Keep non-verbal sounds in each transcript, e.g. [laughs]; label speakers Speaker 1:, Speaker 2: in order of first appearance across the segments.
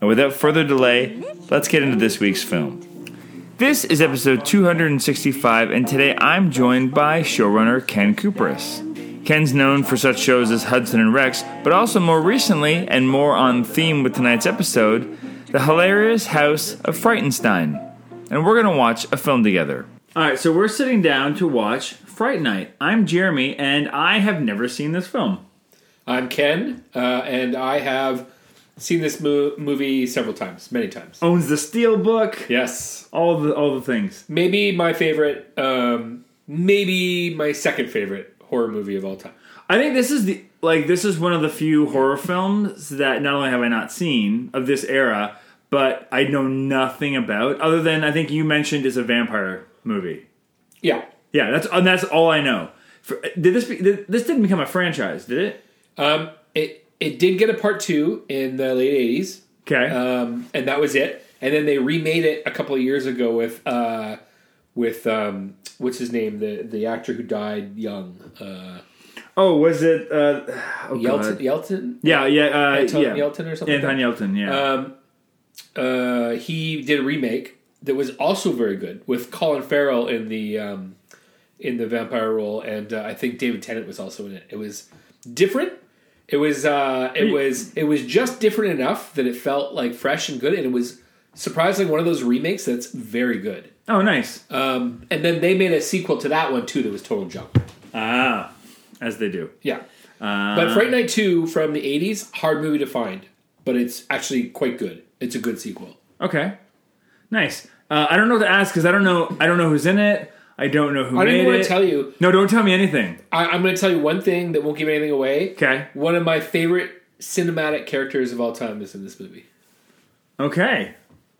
Speaker 1: And without further delay, let's get into this week's film. This is episode 265, and today I'm joined by showrunner Ken Cooperis. Ken's known for such shows as Hudson and Rex, but also more recently, and more on theme with tonight's episode, The Hilarious House of Frightenstein. And we're going to watch a film together. All right, so we're sitting down to watch Fright Night. I'm Jeremy, and I have never seen this film.
Speaker 2: I'm Ken, uh, and I have seen this mo- movie several times, many times.
Speaker 1: Owns the Steel Book,
Speaker 2: Yes,
Speaker 1: all the all the things.
Speaker 2: maybe my favorite, um, maybe my second favorite horror movie of all time.
Speaker 1: I think this is the like this is one of the few horror films that not only have I not seen of this era, but I know nothing about other than I think you mentioned it's a vampire movie.
Speaker 2: Yeah,
Speaker 1: Yeah, that's and that's all I know. For, did this be, did, this didn't become a franchise, did it?
Speaker 2: um, it it did get a part two in the late '80s,
Speaker 1: Okay.
Speaker 2: um, and that was it. And then they remade it a couple of years ago with uh, with um, what's his name, the the actor who died young, uh,
Speaker 1: oh, was it uh oh
Speaker 2: Yeltsin.
Speaker 1: God.
Speaker 2: Yeltsin?
Speaker 1: Yeah, yeah, uh
Speaker 2: Anton
Speaker 1: yeah.
Speaker 2: Yeltsin or something like
Speaker 1: Anton Yeltsin, yeah.
Speaker 2: Um, uh, he did a remake that was also very good with Colin Farrell in the um, in the vampire role, and uh, I think David Tennant was also in it. It was different. It was uh, it was it was just different enough that it felt like fresh and good, and it was surprisingly one of those remakes that's very good.
Speaker 1: oh, nice.
Speaker 2: Um, and then they made a sequel to that one too that was total junk.
Speaker 1: ah, as they do.
Speaker 2: Yeah.
Speaker 1: Uh,
Speaker 2: But Fright Night 2 from the 80s, hard movie to find, but it's actually quite good. It's a good sequel.
Speaker 1: Okay, nice. Uh, I don't know what to ask because I don't know. I don't know who's in it. I don't know who
Speaker 2: I
Speaker 1: made
Speaker 2: don't even want
Speaker 1: it.
Speaker 2: to tell you.
Speaker 1: No, don't tell me anything.
Speaker 2: I, I'm going to tell you one thing that won't give anything away.
Speaker 1: Okay.
Speaker 2: One of my favorite cinematic characters of all time is in this movie.
Speaker 1: Okay.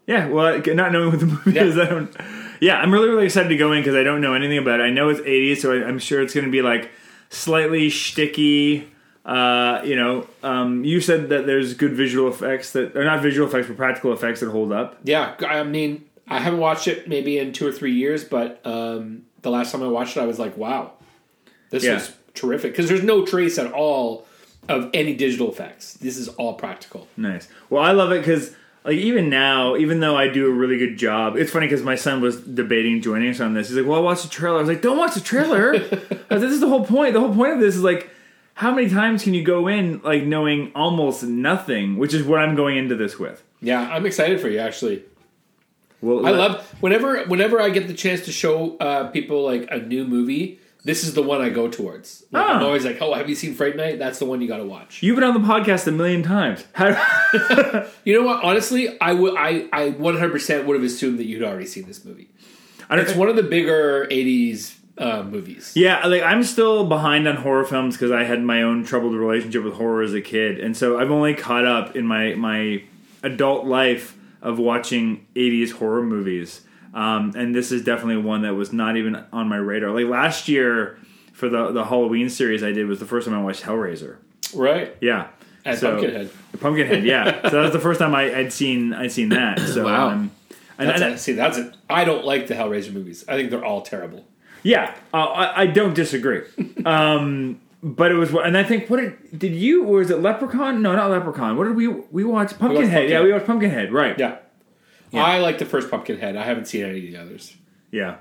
Speaker 1: Yeah. Well, I- not knowing what the [laughs] movie is, I don't. Yeah, I'm really really excited to go in because I don't know anything about it. I know it's 80s, so I, I'm sure it's going to be like slightly shticky. Uh, you know, um, you said that there's good visual effects that are not visual effects, but practical effects that hold up.
Speaker 2: Yeah, I mean, I haven't watched it maybe in two or three years, but um, the last time I watched it, I was like, wow, this
Speaker 1: Yeah.
Speaker 2: is terrific. Because there's no trace at all of any digital effects. This is all practical.
Speaker 1: Nice. Well, I love it because like even now, even though I do a really good job, it's funny because my son was debating joining us on this. He's like, "Well, I watched the trailer." I was like, "Don't watch the
Speaker 2: [laughs]
Speaker 1: trailer." I said, this is the whole point. The whole point of this is like, how many times can you go in like knowing almost nothing, which is what I'm going into this with.
Speaker 2: Yeah, I'm excited for you, actually.
Speaker 1: Well,
Speaker 2: I love whenever whenever I get the chance to show uh, people like a new movie. This is the one I go towards. Like, I'm
Speaker 1: Ah.
Speaker 2: always like, "Oh, have you seen Fright Night? That's the one you got to watch."
Speaker 1: You've been on the podcast a million times. How,
Speaker 2: You know what? Honestly, I would I I 100% would have assumed that you'd already seen this movie.
Speaker 1: I don't,
Speaker 2: It's one of the bigger 80s uh, movies.
Speaker 1: Yeah, like I'm still behind on horror films because I had my own troubled relationship with horror as a kid, and so I've only caught up in my my adult life of watching '80s horror movies. Um, and this is definitely one that was not even on my radar. Like last year for the the Halloween series I did was the first time I watched Hellraiser.
Speaker 2: Right?
Speaker 1: Yeah,
Speaker 2: As Pumpkinhead.
Speaker 1: Pumpkinhead, yeah. so that was the first time I, I'd seen I'd seen
Speaker 2: [coughs]
Speaker 1: that. So
Speaker 2: Wow.
Speaker 1: um, and,
Speaker 2: That's
Speaker 1: and-
Speaker 2: a, see, that's it. I don't like the Hellraiser movies. I think they're all terrible.
Speaker 1: Yeah, uh, I, I don't disagree. um, but it was, and I think what did, did you or is it Leprechaun? No, not Leprechaun. What did we we watch? Pumpkinhead. Yeah,
Speaker 2: Pumpkinhead.
Speaker 1: we watched Pumpkinhead. Right.
Speaker 2: Yeah. I like the first Pumpkinhead. I haven't seen any of the others.
Speaker 1: Yeah.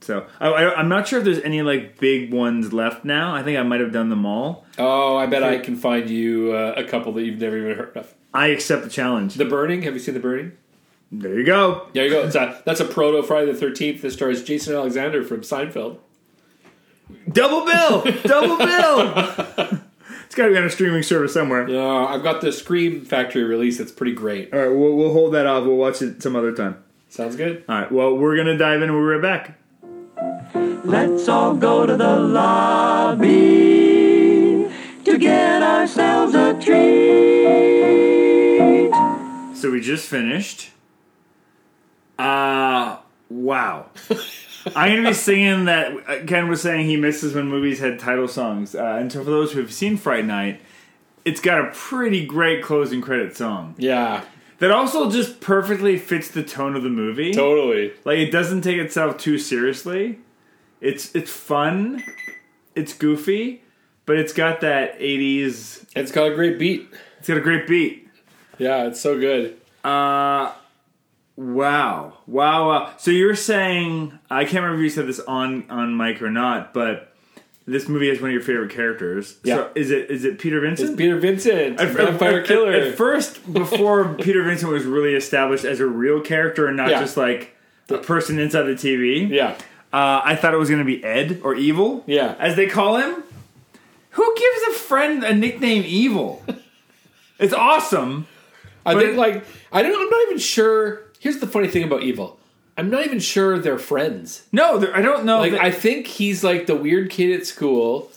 Speaker 1: So I, I, I'm not sure if there's any like big ones left now. I think I might have done them all.
Speaker 2: Oh, I bet I can find you uh, a couple that you've never even heard of.
Speaker 1: I accept the challenge.
Speaker 2: The Burning. Have you seen The Burning?
Speaker 1: There you go.
Speaker 2: There you go. It's a, that's a proto Friday the 13th that stars Jason Alexander from Seinfeld.
Speaker 1: Double bill. Double bill. it's got to be on a streaming service somewhere.
Speaker 2: Uh, I've got the Scream Factory release. That's pretty great.
Speaker 1: All right, we'll, we'll hold that off. We'll watch it some other time.
Speaker 2: Sounds good.
Speaker 1: All right, well, we're going to dive in and we're right back.
Speaker 3: Let's all go to the lobby to get ourselves a treat.
Speaker 1: So we just finished. Uh wow. I'm gonna be singing that uh, Ken was saying he misses when movies had title songs. Uh, and so for those who have seen Fright Night, it's got a pretty great closing credit song
Speaker 2: Yeah,
Speaker 1: that also just perfectly fits the tone of the movie.
Speaker 2: totally.
Speaker 1: Like it doesn't take itself too seriously. It's it's fun, it's goofy, but it's got that '80s.
Speaker 2: It's got a great beat.
Speaker 1: It's got a great beat.
Speaker 2: Yeah, it's so good.
Speaker 1: Uh, wow, wow, wow. So you're saying I can't remember if you said this on on mic or not, but this movie has one of your favorite characters.
Speaker 2: Yeah.
Speaker 1: So is it is it Peter Vincent?
Speaker 2: It's Peter
Speaker 1: At-
Speaker 2: Vincent,
Speaker 1: at-
Speaker 2: vampire
Speaker 1: at-
Speaker 2: killer.
Speaker 1: At, first, before [laughs] Peter Vincent was really established as a real character and not
Speaker 2: Yeah.
Speaker 1: just like a person inside the TV,
Speaker 2: yeah,
Speaker 1: uh, I thought it was going to be Ed or Evil,
Speaker 2: Yeah.
Speaker 1: as they call him. Who gives a friend a nickname Evil? it's awesome.
Speaker 2: I
Speaker 1: But
Speaker 2: think
Speaker 1: it-
Speaker 2: like I don't. I'm not even sure. Here's the funny thing about Evil. I'm not even sure they're friends.
Speaker 1: No, there- I don't know.
Speaker 2: Like
Speaker 1: that-
Speaker 2: I think he's like the weird kid at school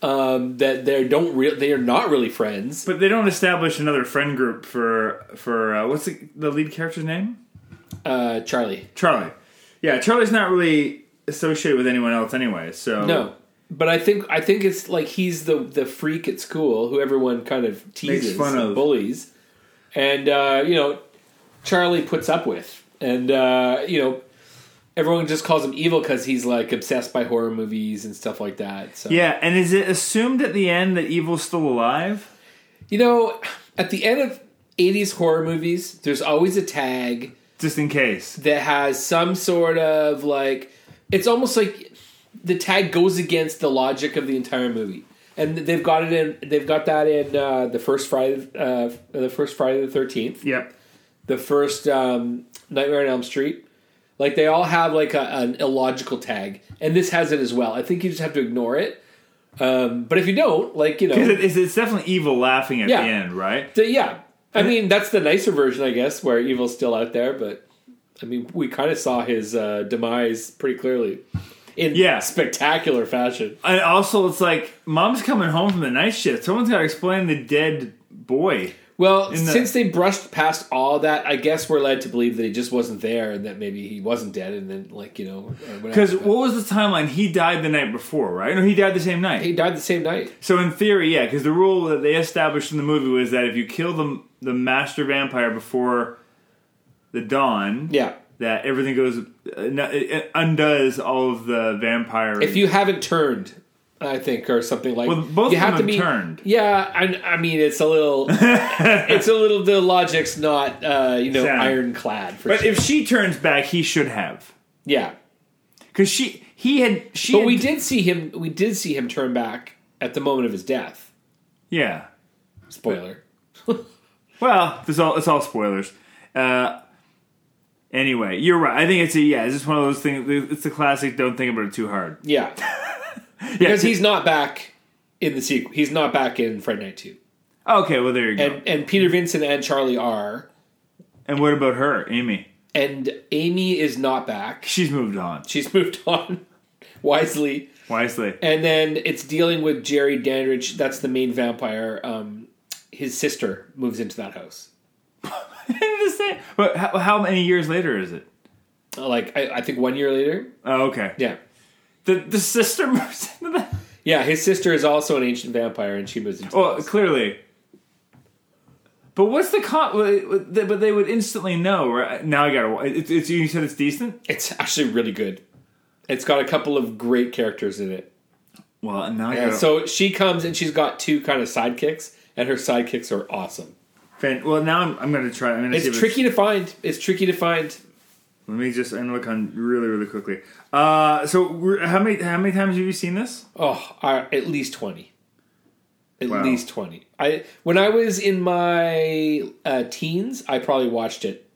Speaker 2: um, that they don't real. They are not really friends.
Speaker 1: But they don't establish another friend group for for uh, what's the, the lead character's name?
Speaker 2: Uh, Charlie.
Speaker 1: Charlie. Yeah, Charlie's not really associated with anyone else anyway. So
Speaker 2: No. But I think I think it's like he's the the freak at school who everyone kind of teases,
Speaker 1: fun
Speaker 2: and
Speaker 1: of.
Speaker 2: bullies, and uh, you know Charlie puts up with, and uh, you know everyone just calls him evil because he's like obsessed by horror movies and stuff like that. So
Speaker 1: Yeah, and is it assumed at the end that Evil's still alive?
Speaker 2: you know, at the end of '80s horror movies, there's always a tag
Speaker 1: Just in case.
Speaker 2: that has some sort of like it's almost like the tag goes against the logic of the entire movie and they've got it in they've got that in uh, the first friday uh, the first friday the 13th
Speaker 1: Yep.
Speaker 2: the first um, nightmare on elm street like they all have like a, an illogical tag and this has it as well i think you just have to ignore it um, but if you don't like you know
Speaker 1: [laughs] Because it, it's, it's definitely Evil laughing at
Speaker 2: Yeah.
Speaker 1: the end, right?
Speaker 2: the- yeah i mean that's the nicer version i guess where evil's still out there but i mean we kind of saw his uh, demise pretty clearly in
Speaker 1: Yeah.
Speaker 2: spectacular fashion
Speaker 1: And also, it's like mom's coming home from the night shift. Someone's got to explain the dead boy.
Speaker 2: well
Speaker 1: the-
Speaker 2: since they brushed past all that i guess we're led to believe that he just wasn't there and that maybe he wasn't dead and then like you know or whatever.
Speaker 1: Because
Speaker 2: But
Speaker 1: what was the timeline? He died the night before, right? No, he died the same night.
Speaker 2: he died the same night
Speaker 1: So in theory, yeah, because the rule that they established in the movie was that if you kill the the master vampire before the dawn,
Speaker 2: yeah
Speaker 1: that everything goes uh, no- it- it undoes all of the vampire.
Speaker 2: if you haven't turned I think, or something like.
Speaker 1: Well, both
Speaker 2: you
Speaker 1: of them have turned.
Speaker 2: Yeah, I, I mean, it's a little,
Speaker 1: [laughs]
Speaker 2: it's a little. The logic's not, uh, you know,
Speaker 1: Sound.
Speaker 2: ironclad. For
Speaker 1: but
Speaker 2: sure.
Speaker 1: if she turns back, he should have
Speaker 2: yeah,
Speaker 1: because she he had she.
Speaker 2: But
Speaker 1: had-
Speaker 2: we did see him. We did see him turn back at the moment of his death.
Speaker 1: yeah.
Speaker 2: Spoiler.
Speaker 1: Well, it's all it's all spoilers. Uh, anyway, you're right. I think it's a yeah. It's just one of those things. It's the classic. Don't think about it too hard. [laughs]
Speaker 2: Yeah,
Speaker 1: Yeah,
Speaker 2: because he's not back in the sequel. He's not back in Friday Night Two.
Speaker 1: okay. Well, there you go.
Speaker 2: And and Peter Vincent and Charlie are.
Speaker 1: and what about her, Amy?
Speaker 2: And Amy is not back. [laughs]
Speaker 1: She's moved on
Speaker 2: She's moved on [laughs] wisely.
Speaker 1: wisely.
Speaker 2: And then it's dealing with Jerry Dandridge. That's the main vampire. Um, his sister moves into that house.
Speaker 1: [laughs] the same. But how, how many years later is it?
Speaker 2: Like I, I think one year later.
Speaker 1: Oh, okay.
Speaker 2: Yeah.
Speaker 1: The the sister [laughs] moves into that.
Speaker 2: Yeah, his sister is also an ancient vampire, and she moves into. the
Speaker 1: Well,
Speaker 2: house.
Speaker 1: clearly. But what's the con? But they would instantly know. Right? Now I gotta. wa- It's, it's you said it's decent.
Speaker 2: It's actually really good. It's got a couple of great characters in it.
Speaker 1: Well, now I
Speaker 2: And
Speaker 1: gotta.
Speaker 2: so she comes and she's got two kind of sidekicks, and her sidekicks are awesome.
Speaker 1: fan- well, now I'm, I'm gonna try. I'm gonna see if
Speaker 2: It's tricky to find. It's tricky to find.
Speaker 1: Let me just. I'm gonna look on really really quickly. Uh, so we're, how many how many times have you seen this?
Speaker 2: Oh, I, at least twenty. At
Speaker 1: Wow.
Speaker 2: least twenty. I when I was in my uh, teens, I probably watched it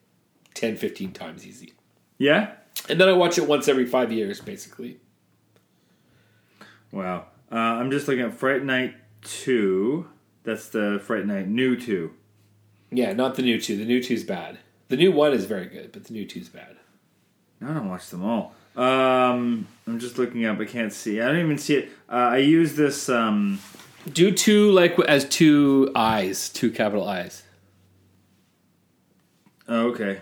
Speaker 2: 10, 15 times easy.
Speaker 1: Yeah.
Speaker 2: And then I watch it once every five years, basically.
Speaker 1: Wow. Uh, I'm just looking at Fright Night Two. That's the Fright Night New Two.
Speaker 2: Yeah, not the new two. The new two's bad. The new one is very good, but the new two's bad.
Speaker 1: No, I don't watch them all. Um, I'm just looking up. I can't see. I don't even see it. Uh, I use this. Um,
Speaker 2: Do two like as two eyes, two capital eyes.
Speaker 1: oh, okay.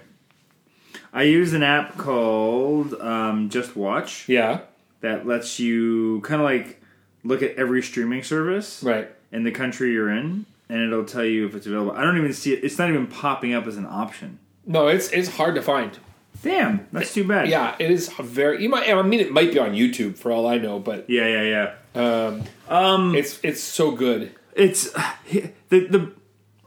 Speaker 1: I use an app called um, Just Watch
Speaker 2: Yeah.
Speaker 1: that lets you kind of like look at every streaming service
Speaker 2: Right.
Speaker 1: in the country you're in, and it'll tell you if it's available. I don't even see it. It's not even popping up as an option.
Speaker 2: No, it's it's hard to find.
Speaker 1: Damn, that's too bad.
Speaker 2: Yeah, it is very. You might. I mean, it might be on YouTube for all I know, but
Speaker 1: Yeah, yeah, yeah.
Speaker 2: um, it's it's so good.
Speaker 1: it's [sighs] the the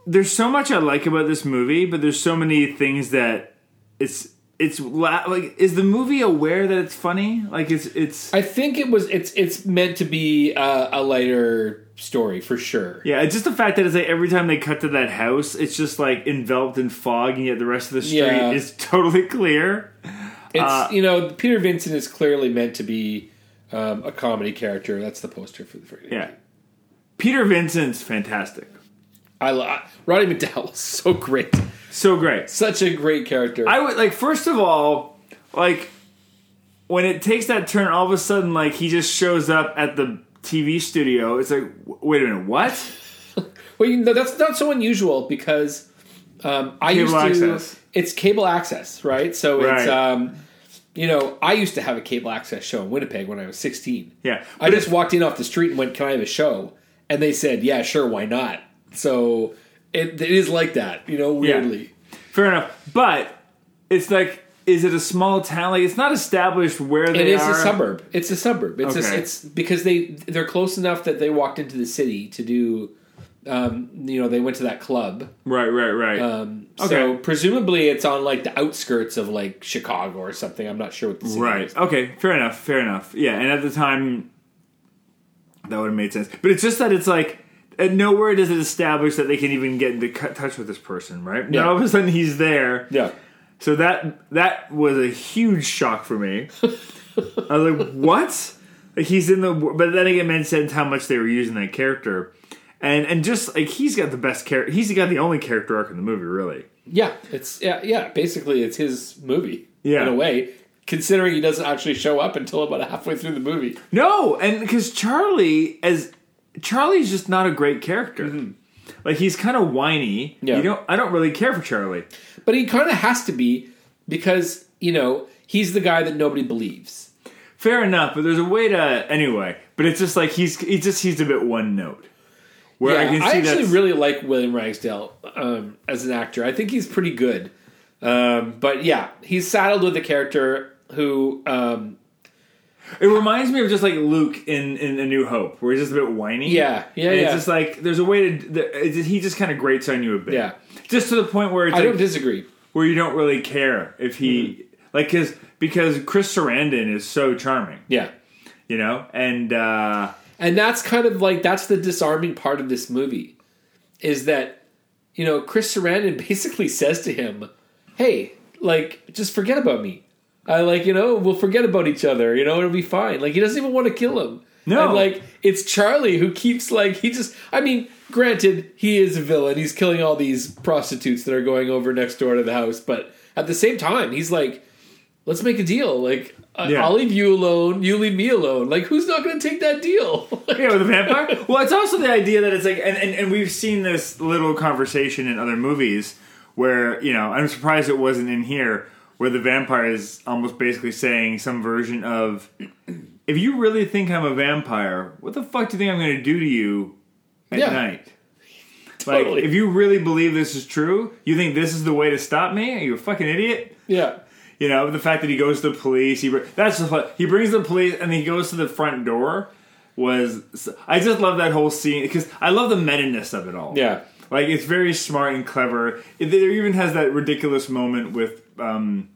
Speaker 1: there's so much I like about this movie, but there's so many things that it's it's la- like is the movie aware that it's funny? Like it's it's
Speaker 2: I think it was. It's it's meant to be uh, a lighter story for sure.
Speaker 1: yeah, it's just the fact that it's like every time they cut to that house, it's just like enveloped in fog, and yet the rest of the street
Speaker 2: Yeah.
Speaker 1: is [laughs] totally clear.
Speaker 2: It's
Speaker 1: Uh,
Speaker 2: you know Peter Vincent is clearly meant to be um, a comedy character. That's the poster for the for
Speaker 1: Yeah, Peter Vincent's fantastic,
Speaker 2: I, lo- I Roddy McDowell [laughs] is so great,
Speaker 1: so great.
Speaker 2: such a great character.
Speaker 1: I would like first of all, like when it takes that turn, all of a sudden, like he just shows up at the TV studio. It's like, w- wait a minute, what?
Speaker 2: well, you know, that's not so unusual because um, I
Speaker 1: Cable
Speaker 2: used to.
Speaker 1: access.
Speaker 2: It's cable access, right? So
Speaker 1: Right.
Speaker 2: it's um, you know I used to have a cable access show in Winnipeg when I was sixteen.
Speaker 1: Yeah,
Speaker 2: I
Speaker 1: but
Speaker 2: just walked in off the street and went, "Can I have a show?" And they said, "Yeah, sure, why not?" So it, it is like that, you know, weirdly.
Speaker 1: it- fair enough. But it's like, is it a small town? Like, it's not established where they
Speaker 2: It is
Speaker 1: are.
Speaker 2: a suburb. It's a suburb. It's a,
Speaker 1: Okay.
Speaker 2: it's because they they're close enough that they walked into the city to do, um, you know, they went to that club.
Speaker 1: Right, right, right.
Speaker 2: Um, So
Speaker 1: Okay.
Speaker 2: presumably it's on like the outskirts of like Chicago or something. I'm not sure what the city
Speaker 1: right.
Speaker 2: is.
Speaker 1: Okay. Fair enough. Fair enough. Yeah. And at the time, that would have made sense. But it's just that it's like. At nowhere does it establish that they can even get into cu- touch with this person, right? Now
Speaker 2: Yeah.
Speaker 1: all of a sudden he's there.
Speaker 2: Yeah.
Speaker 1: So that that was a huge shock for me. I was like, [laughs] "What?" Like he's in the, but then again, men said how much they were using that character, and and just like he's got the best character, he's got the only character arc in the movie, really.
Speaker 2: Yeah. It's yeah yeah. Basically, it's his movie.
Speaker 1: Yeah.
Speaker 2: In a way, considering he doesn't actually show up until about halfway through the movie.
Speaker 1: No, and because Charlie as Charlie's just not a great character. Like he's kind of whiny.
Speaker 2: Mm-hmm. Yeah.
Speaker 1: You don't. I don't really care for Charlie.
Speaker 2: But he kind of has to be because, you know, he's the guy that nobody believes.
Speaker 1: Fair enough, but there's a way to anyway. But it's just like he's he just he's a bit one note. Where I
Speaker 2: Yeah,
Speaker 1: can see
Speaker 2: I, actually
Speaker 1: that's-
Speaker 2: really like William Ragsdale um, as an actor. I think he's pretty good. Um, but yeah, he's saddled with a character who um,
Speaker 1: It reminds me of just like Luke in, in A New Hope, where he's just a bit whiny.
Speaker 2: Yeah, yeah,
Speaker 1: And
Speaker 2: yeah.
Speaker 1: It's just like there's a way to. The, it's, he just kind of grates on you a bit.
Speaker 2: Yeah.
Speaker 1: Just to the point where it's
Speaker 2: I don't Mm-hmm.
Speaker 1: like,
Speaker 2: disagree.
Speaker 1: where you don't really care if he like because because Chris Sarandon is so charming,
Speaker 2: Yeah.
Speaker 1: you know, and uh
Speaker 2: And that's kind of like that's the disarming part of this movie is that you know, Chris Sarandon [laughs] basically says to him, "Hey, like just forget about me." I like, you know, we'll forget about each other, you know, it'll be fine. Like he doesn't even want to kill him.
Speaker 1: No.
Speaker 2: And like it's Charlie who keeps like he just I mean, granted, he is a villain. He's killing all these prostitutes that are going over next door to the house, but at the same time, he's like let's make a deal. Like I-
Speaker 1: Yeah.
Speaker 2: I'll leave you alone, you leave me alone. Like who's not going to take that deal? [laughs] Like-
Speaker 1: yeah, with a vampire. well, it's also the idea that it's like, and, and and we've seen this little conversation in other movies where you know I'm surprised it wasn't in here where the vampire is almost basically saying some version of, if you really think I'm a vampire, what the fuck do you think I'm going to do to you at
Speaker 2: Yeah.
Speaker 1: night? Like,
Speaker 2: Totally.
Speaker 1: if you really believe this is true, you think this is the way to stop me? Are you a fucking idiot?
Speaker 2: Yeah.
Speaker 1: You know, the fact that he goes to the police, he br- that's the fu- he brings the police and he goes to the front door was I just love that whole scene because I love the meta-ness of it all.
Speaker 2: Yeah.
Speaker 1: Like it's very smart and clever. It, there even has that ridiculous moment with um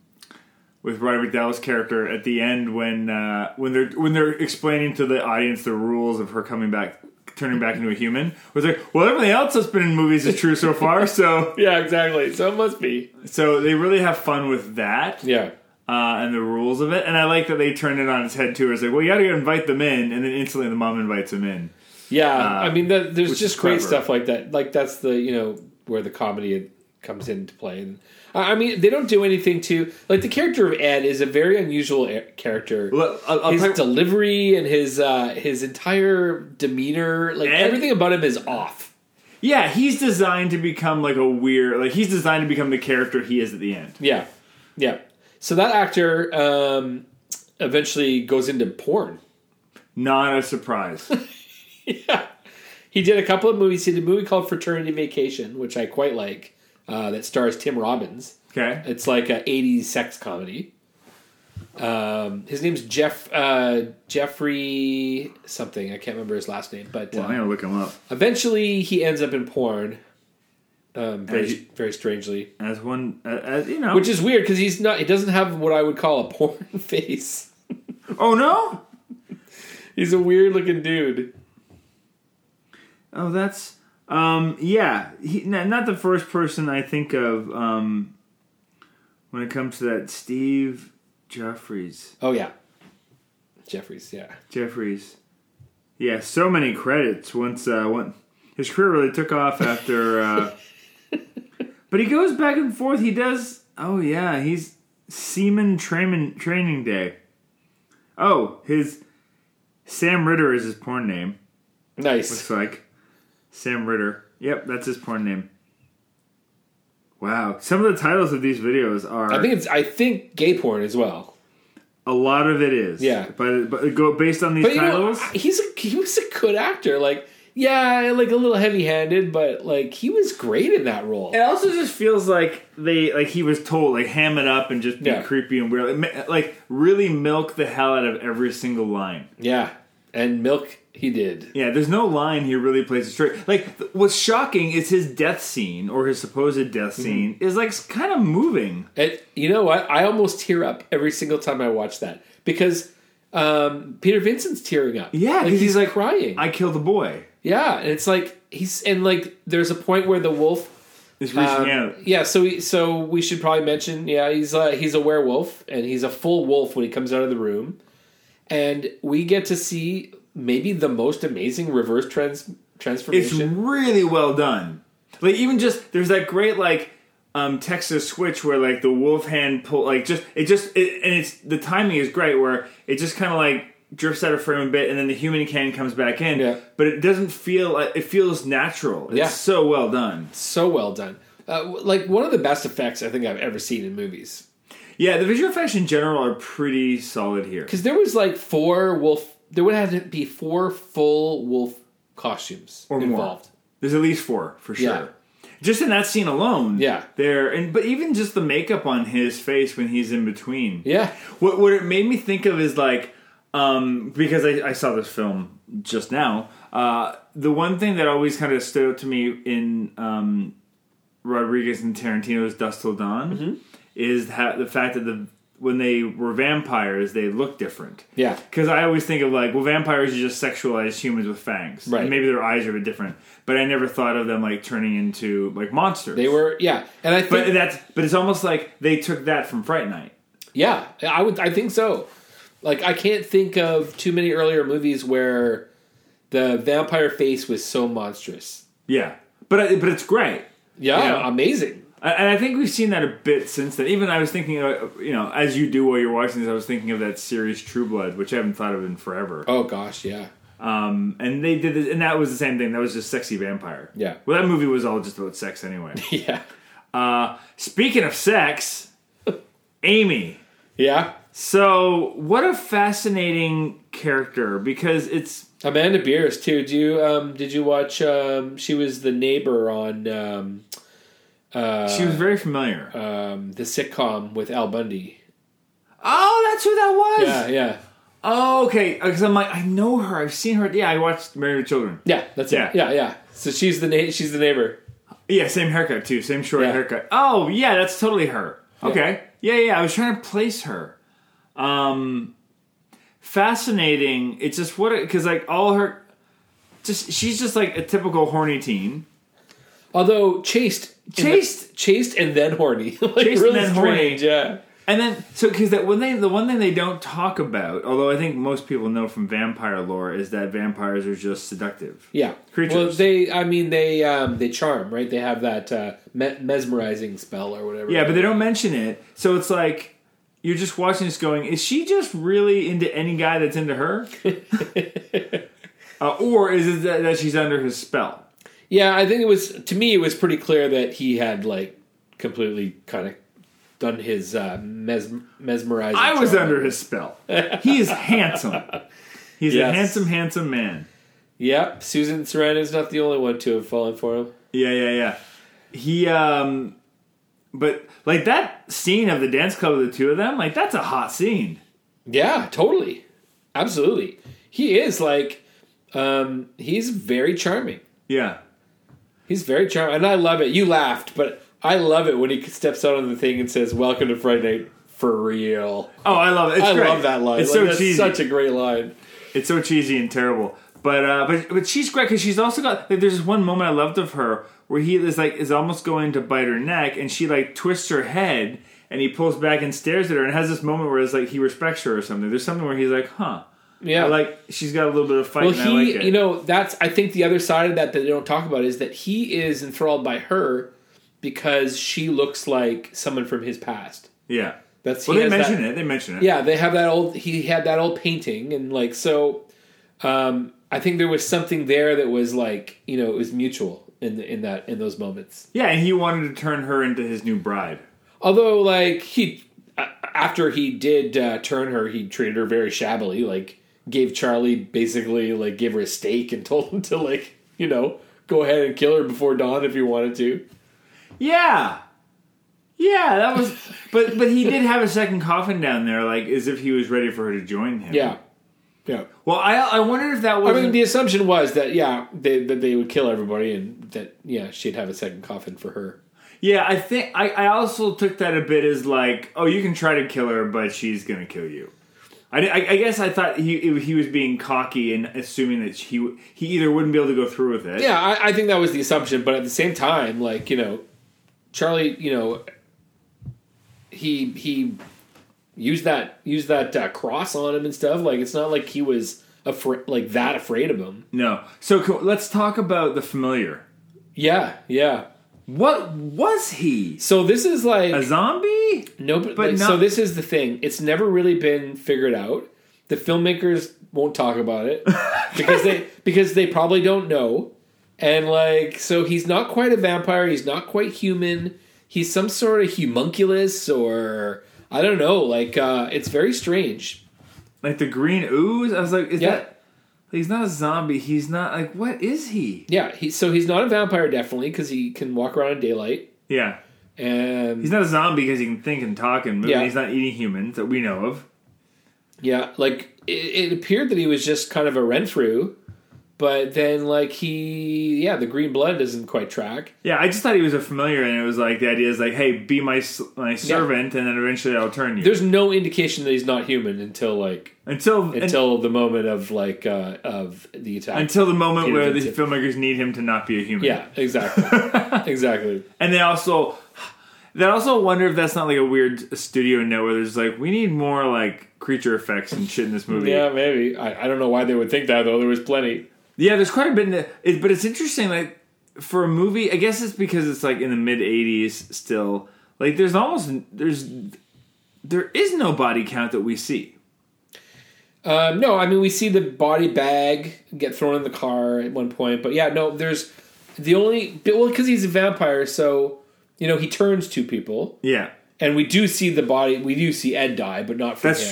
Speaker 1: with Roderick McDowell's character at the end when uh when they're when they're explaining to the audience the rules of her coming back turning back into a human. Was like, well, everything else that's been in movies is true so far. So,
Speaker 2: Yeah, exactly. So it must be.
Speaker 1: so they really have fun with that
Speaker 2: Yeah.
Speaker 1: uh, and the rules of it. And I like that they turned it on its head too. It's like, well, you got to invite them in, and then instantly the mom invites them in.
Speaker 2: Yeah,
Speaker 1: Uh,
Speaker 2: I mean, that, there's
Speaker 1: which
Speaker 2: just
Speaker 1: is
Speaker 2: great
Speaker 1: clever.
Speaker 2: stuff like that. Like that's the you know where the comedy comes into play. And I I mean, they don't do anything to like the character of Ed is a very unusual e- character.
Speaker 1: Well, I'll- I'll
Speaker 2: his
Speaker 1: tell you-
Speaker 2: delivery and his uh, his entire demeanor, like
Speaker 1: Ed-
Speaker 2: everything about him, is off.
Speaker 1: Yeah, he's designed to become like a weird, like he's designed to become the character he is at the end.
Speaker 2: Yeah, yeah. So that actor um, eventually goes into porn.
Speaker 1: Not a [laughs] surprise.
Speaker 2: yeah. [laughs] He did a couple of movies. He did a movie called Fraternity Vacation, which I quite like, uh, that stars Tim Robbins.
Speaker 1: Okay,
Speaker 2: It's like a '80s sex comedy. Um, his name's Jeff uh, Jeffrey something. I can't remember his last name, but uh,
Speaker 1: well, I'm gonna look him up.
Speaker 2: eventually he ends up in porn. Um, very,
Speaker 1: As you-
Speaker 2: very strangely,
Speaker 1: As one, uh, as you know,
Speaker 2: which is weird because he's not. He doesn't have what I would call a porn [laughs] face.
Speaker 1: oh no,
Speaker 2: He's a weird looking dude.
Speaker 1: Oh, that's um, yeah. He, n- not the first person I think of um, when it comes to that. Steve Jeffries,
Speaker 2: Oh yeah, Jeffries. Yeah,
Speaker 1: Jeffries. Yeah, so many credits. Once uh, one, his career really took off after. Uh, but he goes back and forth. He does. Oh yeah, he's Seaman Training Training Day. Oh, his Sam Ritter is his porn name.
Speaker 2: nice.
Speaker 1: Looks like Sam Ritter. Yep, that's his porn name. Wow, some of the titles of these videos are.
Speaker 2: I think it's. I think gay porn as well.
Speaker 1: a lot of it is.
Speaker 2: Yeah.
Speaker 1: but but go based on these
Speaker 2: But you know,
Speaker 1: titles.
Speaker 2: he's a, he was a good actor. Like, yeah, like a little heavy-handed, but like he was great in that role.
Speaker 1: it also just feels like they like he was told like ham it up and just be
Speaker 2: Yeah.
Speaker 1: creepy and weird, like, mi- like really milk the hell out of every single line.
Speaker 2: Yeah, and Milk he did.
Speaker 1: Yeah, there's no line he really plays it straight. Like th- what's shocking is his death scene or his supposed death
Speaker 2: Mm-hmm.
Speaker 1: scene is like kind of moving.
Speaker 2: And you know what? I almost tear up every single time I watch that because um, Peter Vincent's tearing up.
Speaker 1: Yeah,
Speaker 2: Like,
Speaker 1: 'cause he's like,
Speaker 2: crying.
Speaker 1: I killed a boy.
Speaker 2: yeah, and it's like he's and like there's a point where the wolf
Speaker 1: He's reaching
Speaker 2: Um,
Speaker 1: out.
Speaker 2: Yeah, so we, so we should probably mention. Yeah, he's uh, he's a werewolf, and he's a full wolf when he comes out of the room, and we get to see maybe the most amazing reverse trans
Speaker 1: It's
Speaker 2: transformation.
Speaker 1: really well done. Like even just there's that great like um Texas switch where like the wolf hand pull like just it just it, and it's the timing is great where it just kind of like drifts out of frame a bit and then the human can comes back in.
Speaker 2: Yeah.
Speaker 1: But it doesn't feel like it feels natural. It's
Speaker 2: Yeah.
Speaker 1: so well done.
Speaker 2: so well done. Uh, w- like one of the best effects I think I've ever seen in movies.
Speaker 1: Yeah, the visual effects in general are pretty solid here.
Speaker 2: Because there was like four wolf. There would have to be four full wolf costumes
Speaker 1: Or more.
Speaker 2: involved.
Speaker 1: There's at least four for sure.
Speaker 2: Yeah.
Speaker 1: Just in that scene alone.
Speaker 2: Yeah.
Speaker 1: There and but even just the makeup on his face when he's in between.
Speaker 2: Yeah,
Speaker 1: What what it made me think of is like um, because I, I saw this film just now. Uh, the one thing that always kind of stood out to me in um, Rodriguez and Tarantino's Dust Till Dawn
Speaker 2: Mm-hmm.
Speaker 1: is ha- the fact that the when they were vampires, they looked different.
Speaker 2: Yeah.
Speaker 1: Because I always think of like, well, vampires are just sexualized humans with fangs,
Speaker 2: Right.
Speaker 1: And maybe their eyes are a bit different, but I never thought of them like turning into like monsters.
Speaker 2: they were. Yeah, and I think
Speaker 1: but that's but it's almost like they took that from Fright Night.
Speaker 2: Yeah, I would. I think so. Like I can't think of too many earlier movies where the vampire face was so monstrous.
Speaker 1: Yeah, but I- but it's great,
Speaker 2: Yeah,
Speaker 1: Yeah.
Speaker 2: amazing.
Speaker 1: I- and I think we've seen that a bit since then. Even I was thinking, uh, you know, as you do while you're watching this, I was thinking of that series True Blood, which I haven't thought of in forever.
Speaker 2: Oh gosh, yeah, [laughs]
Speaker 1: Um, and they did, this, and that was the same thing. That was just sexy vampire.
Speaker 2: Yeah.
Speaker 1: Well, that movie was all just about sex
Speaker 2: [laughs]
Speaker 1: anyway.
Speaker 2: yeah,
Speaker 1: uh, speaking of sex, Amy.
Speaker 2: yeah.
Speaker 1: So what a fascinating character because it's
Speaker 2: Amanda Beers too. Did you um did you watch um she was the neighbor on um uh
Speaker 1: she was very familiar.
Speaker 2: um the sitcom with Al Bundy.
Speaker 1: oh, that's who that was.
Speaker 2: Yeah, yeah.
Speaker 1: Oh, okay. Because I'm like, I know her. I've seen her. Yeah, I watched Married with Children.
Speaker 2: Yeah, that's
Speaker 1: Yeah.
Speaker 2: it. Yeah, yeah. So she's the na- she's the neighbor.
Speaker 1: Yeah, same haircut too. Same short
Speaker 2: Yeah.
Speaker 1: haircut. Oh, yeah, that's totally her. Okay. Yeah. yeah, I was trying to place her. Um, fascinating. It's just what because like all her, just she's just like a typical horny teen.
Speaker 2: Although chaste, and the-
Speaker 1: Chaste?
Speaker 2: chaste, and then horny, [laughs] like
Speaker 1: Chaste and
Speaker 2: really
Speaker 1: then horny.
Speaker 2: strange. Yeah,
Speaker 1: And then, so because that one thing, the one thing they don't talk about, although I think most people know from vampire lore, is that vampires are just seductive.
Speaker 2: yeah.
Speaker 1: Creatures.
Speaker 2: Well, they, I mean, they, um, they charm, right? They have that uh, me- mesmerizing spell or whatever.
Speaker 1: Yeah, but they don't mention it, so it's like you're just watching this, going, "Is she just really into any guy that's into
Speaker 2: [laughs]
Speaker 1: her?" uh, or is it that, that she's under his spell?
Speaker 2: Yeah, I think it was to me. It was pretty clear that he had like completely kind of done his uh, mes- mesmerizing.
Speaker 1: I was
Speaker 2: charm.
Speaker 1: under his spell. He is handsome. He's
Speaker 2: Yes.
Speaker 1: a handsome, handsome man.
Speaker 2: Yep, Susan Sarandon's not the only one to have fallen for him.
Speaker 1: Yeah, yeah, yeah. He, um, but like that scene of the dance club of the two of them, like that's a hot scene.
Speaker 2: Yeah, totally, absolutely. He is like, um, he's very charming.
Speaker 1: Yeah.
Speaker 2: He's very charming, and I love it. You laughed, but I love it when he steps out on the thing and says, "Welcome to Friday Night for real."
Speaker 1: Oh, I love it. It's
Speaker 2: I
Speaker 1: great.
Speaker 2: love that line.
Speaker 1: It's
Speaker 2: Like,
Speaker 1: so
Speaker 2: that's
Speaker 1: cheesy.
Speaker 2: Such a great line.
Speaker 1: it's so cheesy and terrible. But uh, but but she's great because she's also got like there's this one moment I loved of her where he is like is almost going to bite her neck and she like twists her head and he pulls back and stares at her and has this moment where it's like he respects her or something. There's something where he's like, huh.
Speaker 2: Yeah,
Speaker 1: I like she's got a little bit of fight.
Speaker 2: Well,
Speaker 1: and I
Speaker 2: he,
Speaker 1: like it.
Speaker 2: you know, that's I think the other side of that that they don't talk about is that he is enthralled by her because she looks like someone from his past.
Speaker 1: yeah.
Speaker 2: That's
Speaker 1: Well,
Speaker 2: he
Speaker 1: they
Speaker 2: has that-
Speaker 1: mention it. They mention it.
Speaker 2: Yeah, they have that old. He had that old painting, and like so, um, I think there was something there that was like you know it was mutual in in that in those moments.
Speaker 1: Yeah, and he wanted to turn her into his new bride.
Speaker 2: Although like he a- after he did uh, turn her, he treated her very shabbily. Like gave Charlie basically like gave her a steak and [laughs] told him to like you know go ahead and kill her before dawn if he wanted to.
Speaker 1: Yeah. Yeah, that was [laughs] but but he did have a second coffin down there, like as if he was ready for her to join him.
Speaker 2: Yeah, yeah.
Speaker 1: Well, I I wondered if that
Speaker 2: I
Speaker 1: was
Speaker 2: mean, the assumption was that yeah, they, that they would kill everybody, and that yeah, she'd have a second coffin for her.
Speaker 1: Yeah, I think I, I also took that a bit as like, oh, you can try to kill her, but she's gonna kill you. I, I, I guess I thought he he was being cocky and assuming that he he either wouldn't be able to go through with it.
Speaker 2: Yeah, I, I think that was the assumption, but at the same time, like you know, Charlie, you know, he he used that used that uh, cross on him and stuff. Like it's not like he was afraid, like that afraid of him.
Speaker 1: No. So co- let's talk about the familiar.
Speaker 2: Yeah, yeah.
Speaker 1: What was he?
Speaker 2: So this is like
Speaker 1: A zombie?
Speaker 2: no, but,
Speaker 1: but
Speaker 2: like,
Speaker 1: not-
Speaker 2: so this is the thing. It's never really been figured out. The filmmakers won't talk
Speaker 1: [laughs]
Speaker 2: about it because they because they probably don't know. And like, so he's not quite a vampire. He's not quite human. He's some sort of humunculus, or I don't know. Like, uh, it's very strange.
Speaker 1: Like the green ooze? I was like, is
Speaker 2: Yeah.
Speaker 1: that? He's not a zombie. He's not like what is he?
Speaker 2: Yeah, he, so he's not a vampire definitely because he can walk around in daylight.
Speaker 1: Yeah,
Speaker 2: And
Speaker 1: he's not a zombie because he can think and talk and move.
Speaker 2: Yeah.
Speaker 1: and He's not eating humans that we know of.
Speaker 2: Yeah, like it, it appeared that he was just kind of a Renfrew, but then like he, yeah, the green blood doesn't quite track.
Speaker 1: Yeah, I just thought he was a familiar, and it was like the idea is like, hey, be my s- my servant, and then eventually I'll turn you.
Speaker 2: There's no indication that he's not human until like
Speaker 1: until until
Speaker 2: until the moment of like uh of the attack.
Speaker 1: until the moment
Speaker 2: Peter
Speaker 1: where the
Speaker 2: Vincent.
Speaker 1: filmmakers need him to not be a human.
Speaker 2: yeah, exactly, exactly.
Speaker 1: and they also they also wonder if that's not like a weird studio note where there's like we need more like creature effects and shit in this movie.
Speaker 2: Yeah, maybe. I, I don't know why they would think that though. There was plenty.
Speaker 1: Yeah, there's quite a bit, in it, it, but it's interesting. Like for a movie, I guess it's because it's like in the mid '80s still. Like there's almost there's there is no body count that we see.
Speaker 2: Um, no, I mean we see the body bag get thrown in the car at one point, but yeah, no, there's the only well because he's a vampire, so you know he turns two people.
Speaker 1: Yeah,
Speaker 2: and we do see the body. We do see Ed die, but not from
Speaker 1: that's
Speaker 2: him.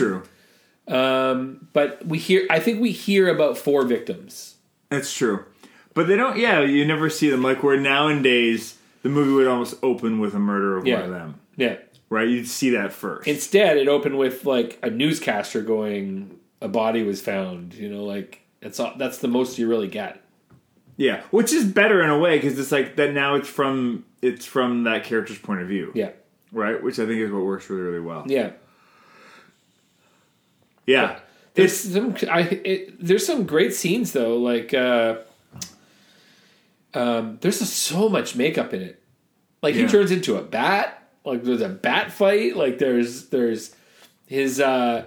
Speaker 1: true.
Speaker 2: Um, but we hear. I think we hear about four victims.
Speaker 1: That's true. But they don't, yeah, you never see them. Like, where nowadays, the movie would almost open with a murder of
Speaker 2: Yeah.
Speaker 1: one of them,
Speaker 2: Yeah.
Speaker 1: right? You'd see that first.
Speaker 2: Instead, it opened with like a newscaster going, "A body was found." You know, like that's all, that's the most you really get.
Speaker 1: yeah, which is better in a way because it's like that now it's from it's from that character's point of view,
Speaker 2: Yeah.
Speaker 1: right? Which I think is what works really, really well.
Speaker 2: Yeah.
Speaker 1: Yeah,
Speaker 2: There's
Speaker 1: it's
Speaker 2: some. I it, there's some great scenes though. Like uh, Um, there's just so much makeup in it. Like he
Speaker 1: Yeah.
Speaker 2: turns into a bat. Like there's a bat fight. Like there's there's his uh,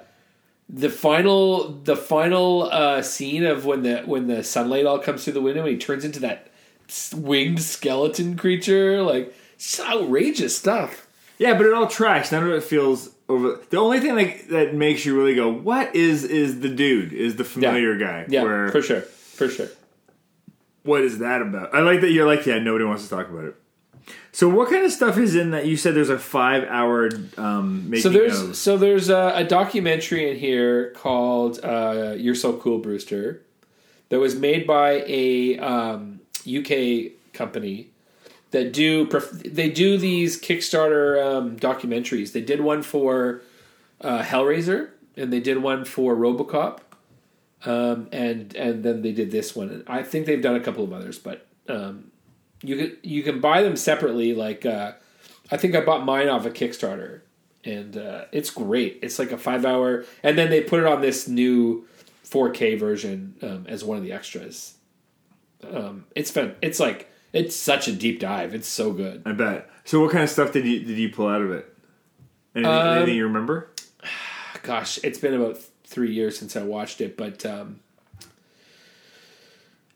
Speaker 2: the final the final uh, scene of when the when the sunlight all comes through the window and he turns into that s- winged skeleton creature. Like it's outrageous stuff.
Speaker 1: Yeah, but it all tracks. None of it feels over. The only thing like that makes you really go, "What is is the dude? Is the familiar guy?
Speaker 2: Yeah,
Speaker 1: Where-
Speaker 2: for sure, for sure.
Speaker 1: What is that about?" I like that you're like, "Yeah, nobody wants to talk about it." So, what kind of stuff is in that? You said there's a five hour um, making
Speaker 2: So there's
Speaker 1: of.
Speaker 2: so there's a, a documentary in here called uh, "You're So Cool, Brewster," that was made by a um, UK company that do prof- they do these Kickstarter um, documentaries. They did one for uh, Hellraiser and they did one for RoboCop, um, and and then they did this one. And I think they've done a couple of others, but um, you can you can buy them separately. Like uh, I think I bought mine off a Kickstarter, and uh, it's great. It's like a five hour, and then they put it on this new 4K version um, as one of the extras. Um, it's fun. It's like it's such a deep dive. It's so good.
Speaker 1: I bet. So, what kind of stuff did you did you pull out of it? Anything,
Speaker 2: Um,
Speaker 1: anything you remember?
Speaker 2: gosh, it's been about th- three years since I watched it, but um,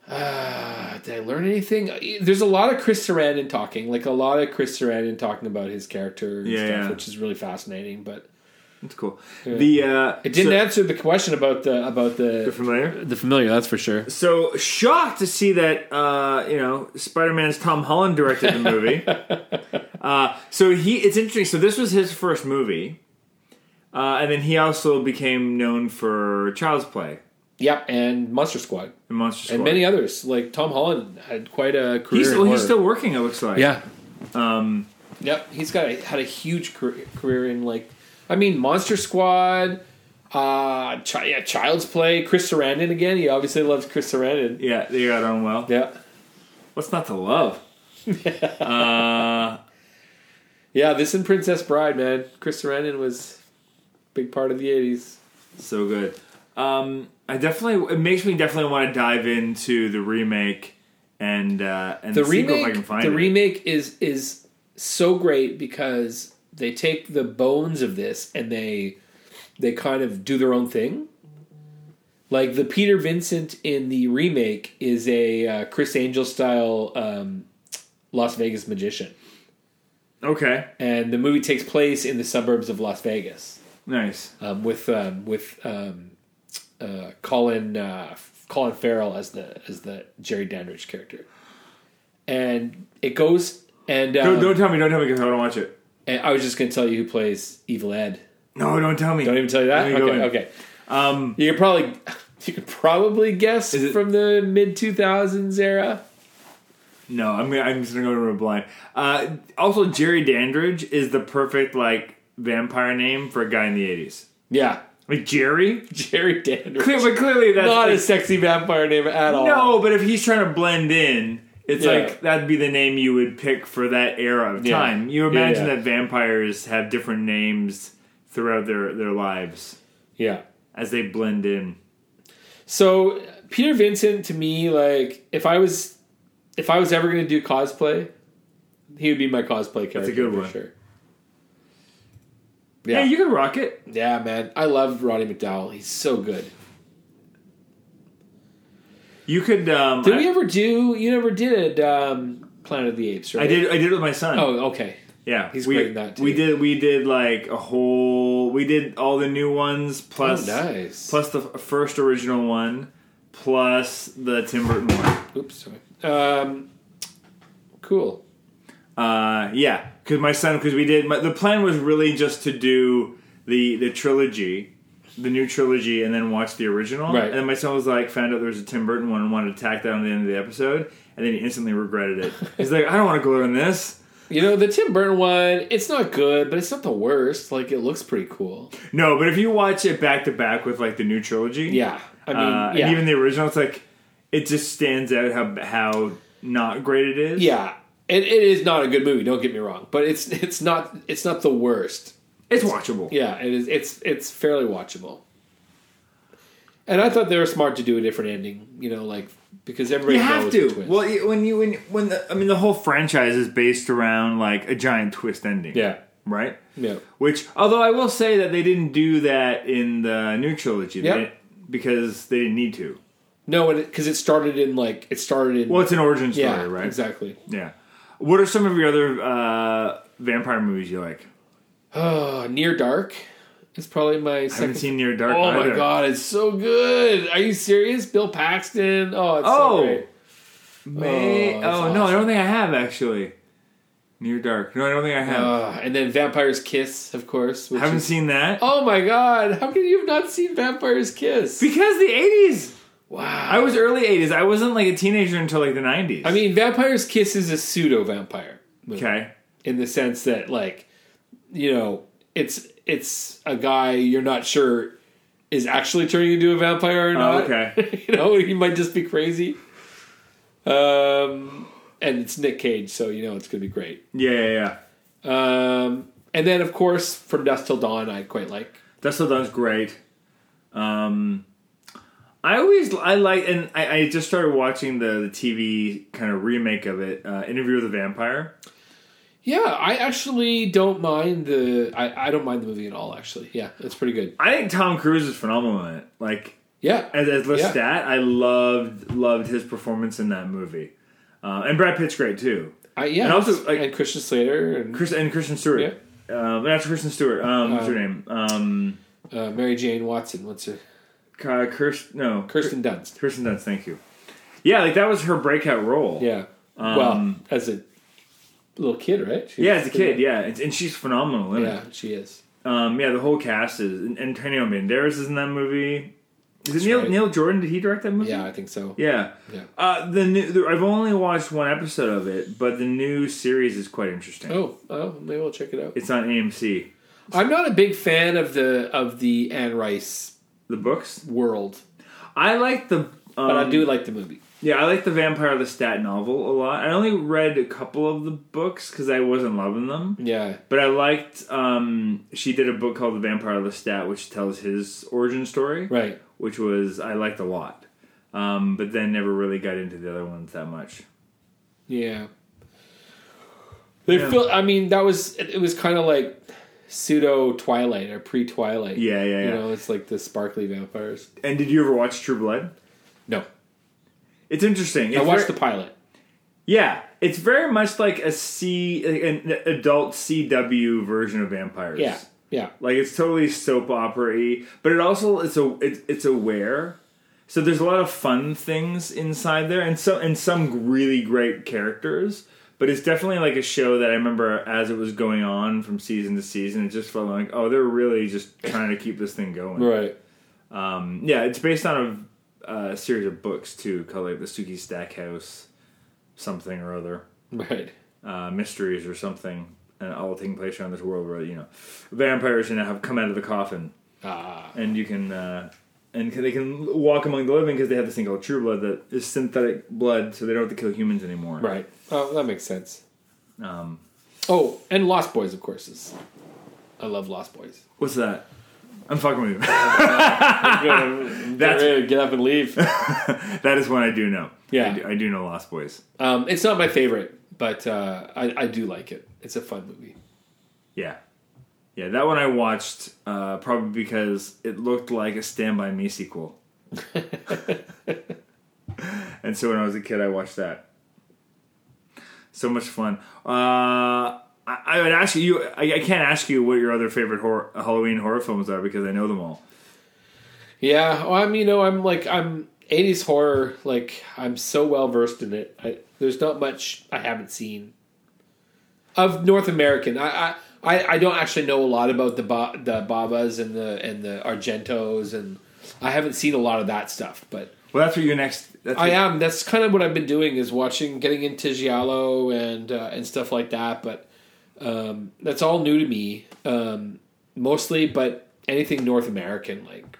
Speaker 2: uh, did I learn anything? There's a lot of Chris Sarandon talking, like a lot of Chris Sarandon talking about his character and
Speaker 1: Yeah,
Speaker 2: stuff,
Speaker 1: yeah.
Speaker 2: which is really fascinating. But
Speaker 1: That's cool. The uh,
Speaker 2: it didn't
Speaker 1: so-
Speaker 2: answer the question about the about the
Speaker 1: familiar.
Speaker 2: the familiar. That's for sure.
Speaker 1: So shocked to see that uh, you know Spider Man's Tom Holland directed the
Speaker 2: [laughs]
Speaker 1: movie. uh, so he it's interesting. So this was his first movie, uh, and then he also became known for Child's Play
Speaker 2: Yep, and Monster Squad
Speaker 1: and Monster Squad.
Speaker 2: and many others. Like Tom Holland had quite a career.
Speaker 1: he's,
Speaker 2: in
Speaker 1: well, he's
Speaker 2: horror.
Speaker 1: still working. It looks like
Speaker 2: Yeah. Um. Yep. He's got a, had a huge career, career in like, I mean, Monster Squad, uh, chi- yeah, Child's Play, Chris Sarandon again. He obviously loves Chris Sarandon.
Speaker 1: yeah. They got on well.
Speaker 2: Yeah.
Speaker 1: What's not to love?
Speaker 2: Yeah. This and Princess Bride, man. Chris Sarandon was a big part of the '80s.
Speaker 1: So good. Um, I definitely it makes me definitely want to dive into the remake and uh, and
Speaker 2: the
Speaker 1: sequel if
Speaker 2: remake
Speaker 1: I can find
Speaker 2: the
Speaker 1: it.
Speaker 2: remake is is so great because they take the bones of this and they they kind of do their own thing like the peter vincent in the remake is a uh, chris angel style um, las vegas magician
Speaker 1: okay,
Speaker 2: and the movie takes place in the suburbs of las vegas
Speaker 1: nice.
Speaker 2: um, with um, with um, uh, Colin uh, Colin Farrell as the as the Jerry Dandridge character, and it goes and, um,
Speaker 1: Don't, don't tell me. Don't tell me because I don't watch it.
Speaker 2: and I was just going to tell you who plays Evil Ed.
Speaker 1: No, don't tell me.
Speaker 2: Don't even tell you that.
Speaker 1: Let me go
Speaker 2: Okay,
Speaker 1: in.
Speaker 2: okay. Um, you could probably [laughs] you could probably guess
Speaker 1: it-
Speaker 2: from the mid two thousands era.
Speaker 1: No, I'm gonna, I'm just gonna go to a blind. Uh, also, Jerry Dandridge is the perfect like vampire name for a guy in the '80s.
Speaker 2: Yeah, [laughs]
Speaker 1: Like Jerry,
Speaker 2: Jerry Dandridge.
Speaker 1: Cle- but clearly that's
Speaker 2: Not
Speaker 1: like-
Speaker 2: a sexy vampire name at all.
Speaker 1: no. But if he's trying to blend in, it's
Speaker 2: Uh, Yeah.
Speaker 1: like that'd be the name you would pick for that era of
Speaker 2: Yeah.
Speaker 1: time. You imagine
Speaker 2: yeah.
Speaker 1: that vampires have different names throughout their their lives
Speaker 2: Yeah.
Speaker 1: as they blend in.
Speaker 2: So Peter Vincent to me, like if I was if I was ever gonna do cosplay, he would be my cosplay character.
Speaker 1: a good
Speaker 2: for
Speaker 1: one.
Speaker 2: Sure.
Speaker 1: Yeah,
Speaker 2: Yeah,
Speaker 1: you could rock it.
Speaker 2: yeah, man. I love Roddy McDowell. He's so good.
Speaker 1: You could. Um,
Speaker 2: Did
Speaker 1: I,
Speaker 2: we ever do? You never did um, Planet of the Apes, right?
Speaker 1: I did. I did it with my son.
Speaker 2: Oh, okay.
Speaker 1: Yeah,
Speaker 2: He's
Speaker 1: we,
Speaker 2: great in that, too.
Speaker 1: We did we did like a whole we did all the new ones plus
Speaker 2: Oh, nice.
Speaker 1: plus the f- first original one plus the Tim Burton one.
Speaker 2: Oops, sorry. Um, cool.
Speaker 1: Uh, yeah, because my son because we did my, the plan was really just to do the the trilogy, the new trilogy, and then watch the original.
Speaker 2: Right.
Speaker 1: And then my son was like found out there was a Tim Burton one and wanted to tack that on the end of the episode, and then he instantly regretted
Speaker 2: [laughs]
Speaker 1: it. He's like, I don't want to go learn this.
Speaker 2: You know the Tim Burton one. It's not good, but it's not the worst. Like it looks pretty cool.
Speaker 1: No, but if you watch it back to back with like the new trilogy,
Speaker 2: Yeah, I mean,
Speaker 1: uh,
Speaker 2: yeah.
Speaker 1: and even the original, it's like it just stands out how how not great it is.
Speaker 2: Yeah, it, it is not a good movie. Don't get me wrong, but it's it's not it's not the worst.
Speaker 1: it's watchable.
Speaker 2: Yeah, it is. It's it's fairly watchable. And I thought they were smart to do a different ending, you know, like because everybody
Speaker 1: You have
Speaker 2: knows the
Speaker 1: to.
Speaker 2: twist.
Speaker 1: Well, you- when you when when the, I mean the whole franchise is based around like a giant twist ending.
Speaker 2: yeah,
Speaker 1: Right.
Speaker 2: yeah,
Speaker 1: Which, although I will say that they didn't do that in the new trilogy, they
Speaker 2: Yep.
Speaker 1: didn't- because they didn't need to.
Speaker 2: no, because it started in like it started in
Speaker 1: Well, it's an origin story,
Speaker 2: yeah,
Speaker 1: right?
Speaker 2: exactly.
Speaker 1: Yeah. What are some of your other uh, vampire movies you like?
Speaker 2: Oh, Near Dark is probably my
Speaker 1: I haven't
Speaker 2: second.
Speaker 1: seen Near Dark.
Speaker 2: oh
Speaker 1: either.
Speaker 2: my god, it's so good! Are you serious? Bill Paxton. Oh, it's
Speaker 1: Oh.
Speaker 2: so great.
Speaker 1: May-
Speaker 2: Oh,
Speaker 1: oh
Speaker 2: that's
Speaker 1: no, I
Speaker 2: awesome.
Speaker 1: don't think I have actually. Near Dark. No, I don't think I have.
Speaker 2: Uh, and then Vampire's Kiss, of course. Which
Speaker 1: haven't
Speaker 2: is-
Speaker 1: seen that
Speaker 2: Oh my god! How can you have not seen Vampire's Kiss?
Speaker 1: because the '80s.
Speaker 2: wow.
Speaker 1: I was early '80s. I wasn't like a teenager until like the '90s.
Speaker 2: I mean, Vampire's Kiss is a pseudo vampire movie
Speaker 1: okay.
Speaker 2: in the sense that, like, you know, it's it's a guy you're not sure is actually turning into a vampire or not.
Speaker 1: okay.
Speaker 2: [laughs] you know, he might just be crazy. Um, and it's Nick Cage, so you know it's gonna be great.
Speaker 1: Yeah, yeah, yeah.
Speaker 2: Um, and then of course, From Dusk Till Dawn, I quite like.
Speaker 1: Dust Till Dawn's great. Um, I always I like, and I, I just started watching the, the TV kind of remake of it, uh, Interview with the Vampire.
Speaker 2: Yeah, I actually don't mind the. I, I don't mind the movie at all. Actually, yeah, it's pretty good.
Speaker 1: I think Tom Cruise is phenomenal in it. Like
Speaker 2: Yeah,
Speaker 1: as, as
Speaker 2: Yeah.
Speaker 1: Lestat, I loved loved his performance in that movie, uh, and Brad Pitt's great too.
Speaker 2: I, yeah,
Speaker 1: and also, like-
Speaker 2: and Christian Slater and
Speaker 1: Chris and Christian Stewart. Um, that's Kristen Stewart. Um, what's her name? Um,
Speaker 2: uh, Mary Jane Watson. What's her?
Speaker 1: K- Kirst, no,
Speaker 2: Kirsten Dunst.
Speaker 1: Kirsten Dunst. Thank you. Yeah, like that was her breakout role.
Speaker 2: Yeah. well, as a little kid, right? She
Speaker 1: Um, yeah,
Speaker 2: was
Speaker 1: as a
Speaker 2: pretty-
Speaker 1: kid. Yeah, and, and she's phenomenal. In it.
Speaker 2: Yeah, she is.
Speaker 1: Um, yeah, the whole cast is and Antonio Banderas is in that movie. Is it Neil,
Speaker 2: right.
Speaker 1: Neil Jordan? Did he direct that movie?
Speaker 2: Yeah, I think so.
Speaker 1: yeah.
Speaker 2: Yeah.
Speaker 1: Uh, the new the, I've only watched one episode of it, but the new series is quite interesting.
Speaker 2: Oh, oh, maybe we'll check it out.
Speaker 1: It's on AMC.
Speaker 2: I'm not a big fan of the of the Anne Rice
Speaker 1: The books.
Speaker 2: world,
Speaker 1: I like the. Um,
Speaker 2: but I do like the movie.
Speaker 1: Yeah, I like the Vampire Lestat novel a lot. I only read a couple of the books because I wasn't loving them.
Speaker 2: Yeah,
Speaker 1: But I liked. Um, she did a book called The Vampire Lestat, which tells his origin story.
Speaker 2: right.
Speaker 1: which was I liked a lot, um, but then never really got into the other ones that much.
Speaker 2: Yeah. They
Speaker 1: Yeah.
Speaker 2: feel. I mean, that was it. it Was kind of like pseudo Twilight or pre Twilight.
Speaker 1: Yeah, yeah,
Speaker 2: You
Speaker 1: yeah.
Speaker 2: know, it's like the sparkly vampires.
Speaker 1: And did you ever watch True Blood?
Speaker 2: No,
Speaker 1: It's interesting. It's
Speaker 2: I watched
Speaker 1: ver-
Speaker 2: the pilot.
Speaker 1: yeah. It's very much like a C, like an adult CW version of vampires.
Speaker 2: Yeah, yeah,
Speaker 1: like it's totally soap opera-y, but it also it's a it's it's aware. So there's a lot of fun things inside there, and some and some really great characters. But it's definitely like a show that I remember as it was going on from season to season. It just felt like oh, they're really just trying to keep this thing going.
Speaker 2: right.
Speaker 1: Um, yeah, it's based on a, uh series of books too, called like the Suki Stackhouse something or other
Speaker 2: Right.
Speaker 1: uh, mysteries or something, and all taking place around this world where you know vampires you know, have come out of the coffin,
Speaker 2: Ah.
Speaker 1: and you can uh, and can- they can walk among the living because they have this thing called True Blood that is synthetic blood, so they don't have to kill humans anymore.
Speaker 2: Right. Oh, that makes sense.
Speaker 1: Um,
Speaker 2: Oh, and Lost Boys, of course. Is, I love Lost Boys.
Speaker 1: what's that? I'm fucking with you. [laughs]
Speaker 2: [laughs] That's
Speaker 1: ready
Speaker 2: get up and leave. [laughs]
Speaker 1: that is one I do know.
Speaker 2: Yeah.
Speaker 1: I do, I do know Lost Boys.
Speaker 2: um, it's not my favorite, but uh, I, I do like it. It's a fun movie.
Speaker 1: Yeah. Yeah, that one I watched uh, probably because it looked like a Stand By Me sequel. and so when I was a kid, I watched that. So much fun. Uh, I, I would ask you, I, I can't ask you what your other favorite horror, Halloween horror films are because I know them all.
Speaker 2: Yeah, well, I'm you know I'm like I'm 80s horror like I'm so well versed in it. I, there's not much I haven't seen of North American. I I, I, I don't actually know a lot about the ba- the Babas and the and the Argentos and I haven't seen a lot of that stuff. But
Speaker 1: Well, that's what your next. That's
Speaker 2: I
Speaker 1: what-
Speaker 2: am that's kind of what I've been doing is watching getting into Giallo and uh, and stuff like that. But um, that's all new to me um, mostly. But anything North American like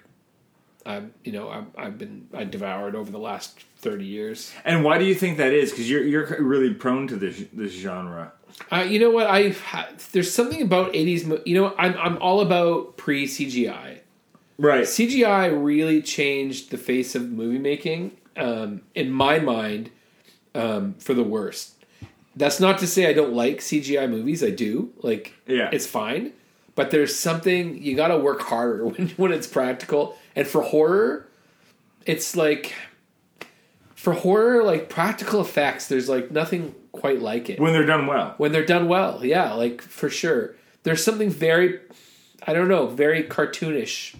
Speaker 2: I'm you know I'm, I've been I devoured over the last thirty years.
Speaker 1: And why do you think that is? Because you're you're really prone to this this genre.
Speaker 2: Uh, you know what? I there's something about '80s. mo- You know, I'm I'm all about pre CGI.
Speaker 1: Right.
Speaker 2: CGI really changed the face of movie making, um, in my mind, um, for the worst. That's not to say I don't like CGI movies. I do. Like,
Speaker 1: Yeah.
Speaker 2: it's fine. But there's something you got to work harder [laughs] when when it's practical. And for horror, it's like for horror, like practical effects. There's like nothing quite like it
Speaker 1: when they're done well.
Speaker 2: when they're done well. Yeah, like for sure. There's something very, I don't know, very cartoonish.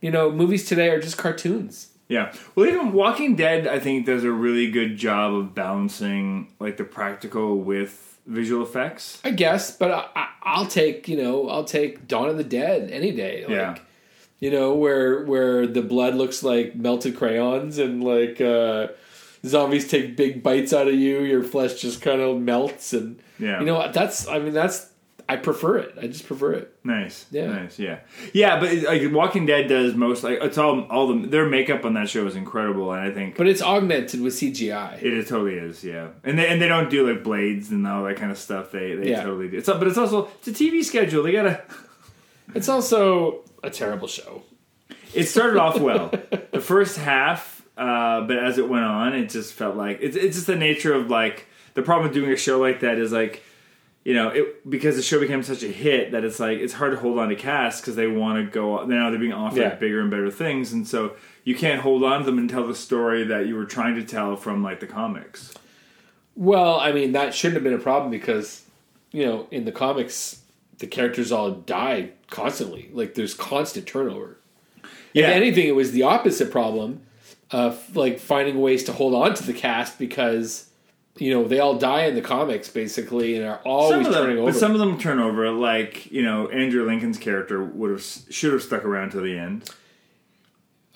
Speaker 2: You know, movies today are just cartoons.
Speaker 1: Yeah. Well, even Walking Dead, I think, does a really good job of balancing like the practical with visual effects.
Speaker 2: I guess, but I, I, I'll take you know I'll take Dawn of the Dead any day. Like,
Speaker 1: Yeah.
Speaker 2: You know where where the blood looks like melted crayons and like uh, zombies take big bites out of you. Your flesh just kind of melts and
Speaker 1: Yeah.
Speaker 2: You know that's I mean that's I prefer it. I just prefer it.
Speaker 1: Nice.
Speaker 2: Yeah.
Speaker 1: Nice. Yeah. Yeah, but like Walking Dead does most like it's all all the their makeup on that show is incredible, and I think
Speaker 2: But it's augmented with CGI.
Speaker 1: It, it totally is, yeah. And they and they don't do like blades and all that kind of stuff. They they
Speaker 2: Yeah.
Speaker 1: totally do. It's but it's also it's a TV schedule. They gotta.
Speaker 2: It's also a terrible show.
Speaker 1: It started off well, the first half, uh, but as it went on, it just felt like it's it's just the nature of like the problem with doing a show like that is like. You know, it because the show became such a hit that it's like it's hard to hold on to cast because they want to go. Now they're being offered
Speaker 2: Yeah.
Speaker 1: bigger and better things, and so you can't hold on to them and tell the story that you were trying to tell from like the comics.
Speaker 2: Well, I mean, that shouldn't have been a problem because, you know, in the comics, the characters all die constantly. Like, there's constant turnover.
Speaker 1: Yeah,
Speaker 2: If anything, it was the opposite problem of, like, finding ways to hold on to the cast because, you know, they all die in the comics, basically, and are
Speaker 1: some
Speaker 2: always
Speaker 1: of them,
Speaker 2: turning over.
Speaker 1: But some of them turn over. Like you know, Andrew Lincoln's character would have should have stuck around till the end.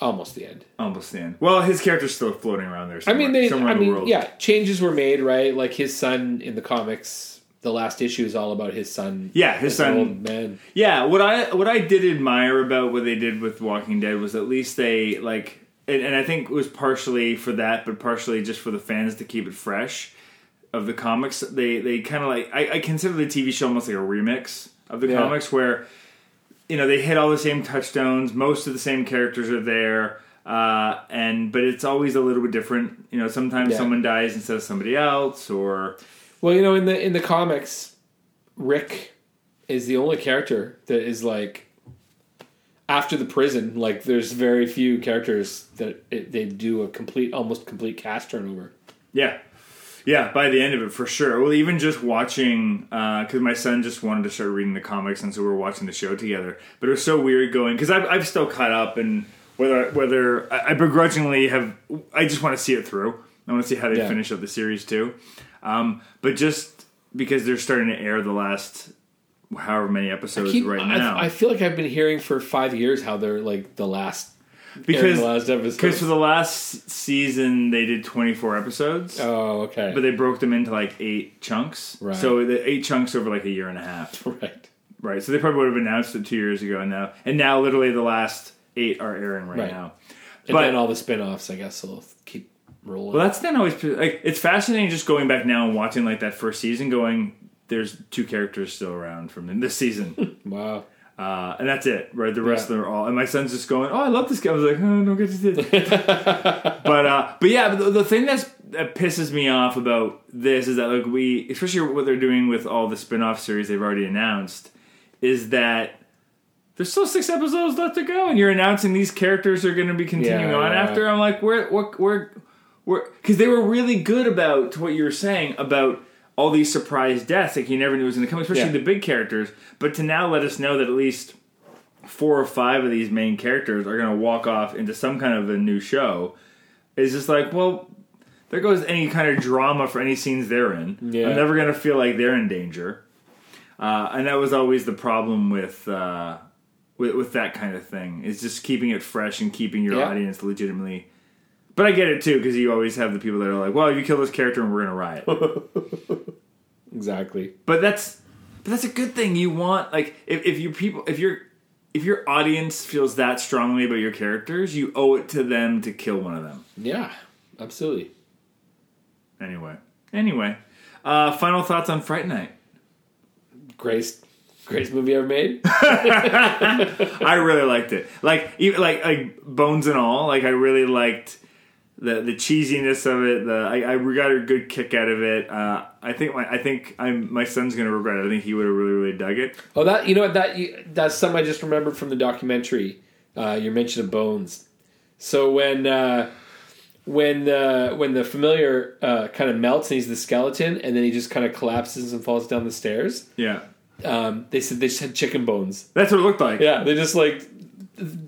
Speaker 2: Almost the end.
Speaker 1: Almost the end. Well, his character's still floating around there.
Speaker 2: I
Speaker 1: Somewhere,
Speaker 2: mean, they.
Speaker 1: somewhere
Speaker 2: I
Speaker 1: in the
Speaker 2: mean,
Speaker 1: world.
Speaker 2: yeah, changes were made, right? Like, his son in the comics, the last issue is all about his son.
Speaker 1: Yeah, his
Speaker 2: as an
Speaker 1: son-
Speaker 2: Old man.
Speaker 1: yeah. What I what I did admire about what they did with Walking Dead was at least they like, and, and I think it was partially for that, but partially just for the fans to keep it fresh. Of the comics, they they kind of like I, I consider the TV show almost like a remix of the
Speaker 2: Yeah.
Speaker 1: comics, where you know they hit all the same touchstones most of the same characters are there uh, and but it's always a little bit different you know sometimes
Speaker 2: Yeah.
Speaker 1: someone dies instead of somebody else or
Speaker 2: Well, you know, in the in the comics, Rick is the only character that is like after the prison. Like, there's very few characters that it, they do a complete, almost complete cast turnover.
Speaker 1: yeah yeah by the end of it for sure well even just watching because my son just wanted to start reading the comics and so we were watching the show together but it was so weird going because I've, I've still caught up and whether whether I, I begrudgingly have i just want to see it through i want to see how they
Speaker 2: Yeah.
Speaker 1: finish up the series too um, but just because they're starting to air the last however many episodes
Speaker 2: Keep-
Speaker 1: right
Speaker 2: I,
Speaker 1: now
Speaker 2: I feel like I've been hearing for five years how they're like the last airing
Speaker 1: because
Speaker 2: the last
Speaker 1: because for
Speaker 2: episode.
Speaker 1: the last season they did 24 episodes
Speaker 2: Oh, okay,
Speaker 1: but they broke them into like eight chunks
Speaker 2: Right.
Speaker 1: so the eight chunks over like a year and a half
Speaker 2: [laughs] right,
Speaker 1: right so they probably would have announced it two years ago and now and now literally the last eight are airing right,
Speaker 2: Right.
Speaker 1: now
Speaker 2: and then all the spin-offs, I guess, will keep rolling.
Speaker 1: Well, that's not always like it's fascinating just going back now and watching like that first season. Going, there's two characters still around from this season,
Speaker 2: wow.
Speaker 1: uh, and that's it. Right, the rest
Speaker 2: Yeah.
Speaker 1: of them are all. And my son's just going, "Oh, I love this guy." I was like, "Oh, don't get to do it." but uh, but yeah, but the, the thing that's that pisses me off about this is that like we, especially what they're doing with all the spin-off series they've already announced, is that. There's still six episodes left to go, and you're announcing these characters are going to be continuing
Speaker 2: Yeah,
Speaker 1: on
Speaker 2: yeah.
Speaker 1: after. I'm like, where, what, where, because they were really good about to what you were saying about all these surprise deaths like you never knew was going to come especially
Speaker 2: Yeah.
Speaker 1: the big characters but to now let us know that at least four or five of these main characters are going to walk off into some kind of a new show is just like well there goes any kind of drama for any scenes they're in
Speaker 2: Yeah.
Speaker 1: i'm never going to feel like they're in danger uh, and that was always the problem with uh, with, with that kind of thing is just keeping it fresh and keeping your
Speaker 2: Yeah.
Speaker 1: audience legitimately but I get it too because you always have the people that are like, "Well, you kill this character and we're gonna riot."
Speaker 2: Exactly.
Speaker 1: but that's but that's a good thing. You want like if, if your people if your if your audience feels that strongly about your characters, you owe it to them to kill one of them.
Speaker 2: Yeah. Absolutely.
Speaker 1: Anyway, anyway, uh, final thoughts on Fright Night.
Speaker 2: Grace. Greatest movie ever made.
Speaker 1: I really liked it. Like even like like bones and all. Like I really liked the the cheesiness of it. The I, I got a good kick out of it. Uh, I think my I think I'm my son's gonna regret it. I think he would have really really dug it.
Speaker 2: Oh, that you know what that you- that's something I just remembered from the documentary. Uh, your mention of bones. So when uh, when uh, when the familiar uh, kind of melts and he's the skeleton, and then he just kind of collapses and falls down the stairs.
Speaker 1: Yeah,
Speaker 2: Um, they said they just had chicken bones.
Speaker 1: that's what it looked like.
Speaker 2: Yeah, they just like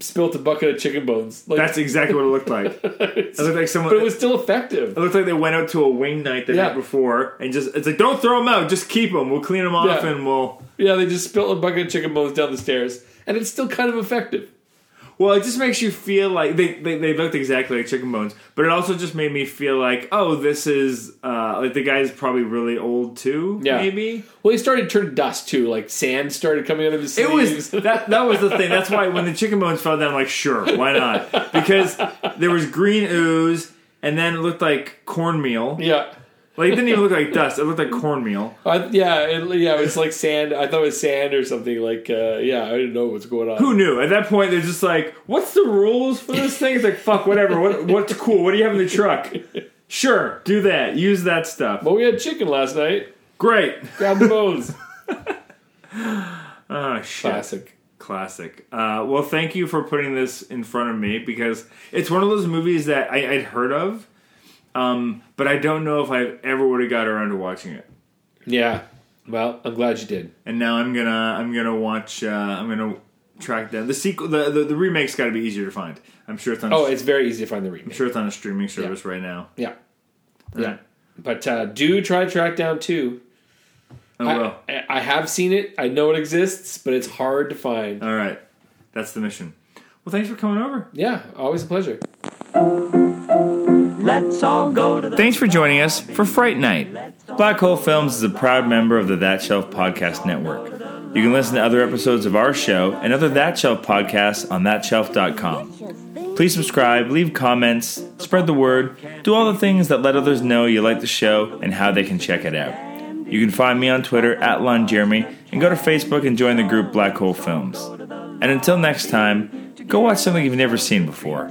Speaker 2: spilt a bucket of chicken bones. Like,
Speaker 1: That's exactly what it looked
Speaker 2: [laughs]
Speaker 1: like. It
Speaker 2: but
Speaker 1: looked like someone.
Speaker 2: it was still effective.
Speaker 1: It looked like they went out to a wing night the
Speaker 2: Yeah.
Speaker 1: night before and just it's like don't throw them out, just keep them. We'll clean them off
Speaker 2: Yeah.
Speaker 1: and we'll.
Speaker 2: Yeah, they just spilled a bucket of chicken bones down the stairs, and it's still kind of effective.
Speaker 1: Well, it just makes you feel like they, they they looked exactly like chicken bones, but it also just made me feel like oh, this is uh like the guy's probably really old too.
Speaker 2: Yeah.
Speaker 1: maybe
Speaker 2: Well, he started to turn to dust too. Like sand started coming out of his
Speaker 1: it
Speaker 2: sleeves. [laughs]
Speaker 1: was that that was the thing. That's why when the chicken bones fell down, I'm like sure, why not? Because there was green ooze. And then it looked like cornmeal.
Speaker 2: yeah.
Speaker 1: Like it didn't even look like dust. It looked like cornmeal.
Speaker 2: I, yeah, it, yeah, it was like sand. I thought it was sand or something. Like, uh, yeah, I didn't know what's going on.
Speaker 1: Who knew? At that point, they're just like, "What's the rules for this thing?" It's like, "Fuck, whatever. What, what's cool? What do you have in the truck?" Sure, do that. Use that stuff.
Speaker 2: But we had chicken last night.
Speaker 1: Great.
Speaker 2: Grab the bones.
Speaker 1: Oh shit.
Speaker 2: Classic.
Speaker 1: [laughs] Classic. Uh, well, thank you for putting this in front of me because it's one of those movies that I, I'd heard of, um, but I don't know if I ever would have got around to watching it.
Speaker 2: Yeah. Well, I'm glad you did.
Speaker 1: And now I'm gonna I'm gonna watch uh, I'm gonna track down the sequel. The the, the remake's got to be easier to find. I'm sure it's on.
Speaker 2: Oh,
Speaker 1: I'm
Speaker 2: it's very easy to find the remake.
Speaker 1: sure it's on a streaming service right now.
Speaker 2: Yeah.
Speaker 1: Yeah,
Speaker 2: But uh, do try Track Down 2.
Speaker 1: I will.
Speaker 2: I, I have seen it. I know it exists, but it's hard to find.
Speaker 1: All right. That's the mission. Well, thanks for coming over.
Speaker 2: Yeah, always a pleasure.
Speaker 4: Let's all go to the
Speaker 5: Thanks for joining us for Fright Night. Black Hole Films is a proud member of the That Shelf Podcast Network. You can listen to other episodes of our show and other That Shelf podcasts on thatshelf.com. Please subscribe, leave comments, spread the word, do all the things that let others know you like the show and how they can check it out. You can find me on Twitter at Lon Jeremy and go to Facebook and join the group Black Hole Films. And until next time, go watch something you've never seen before.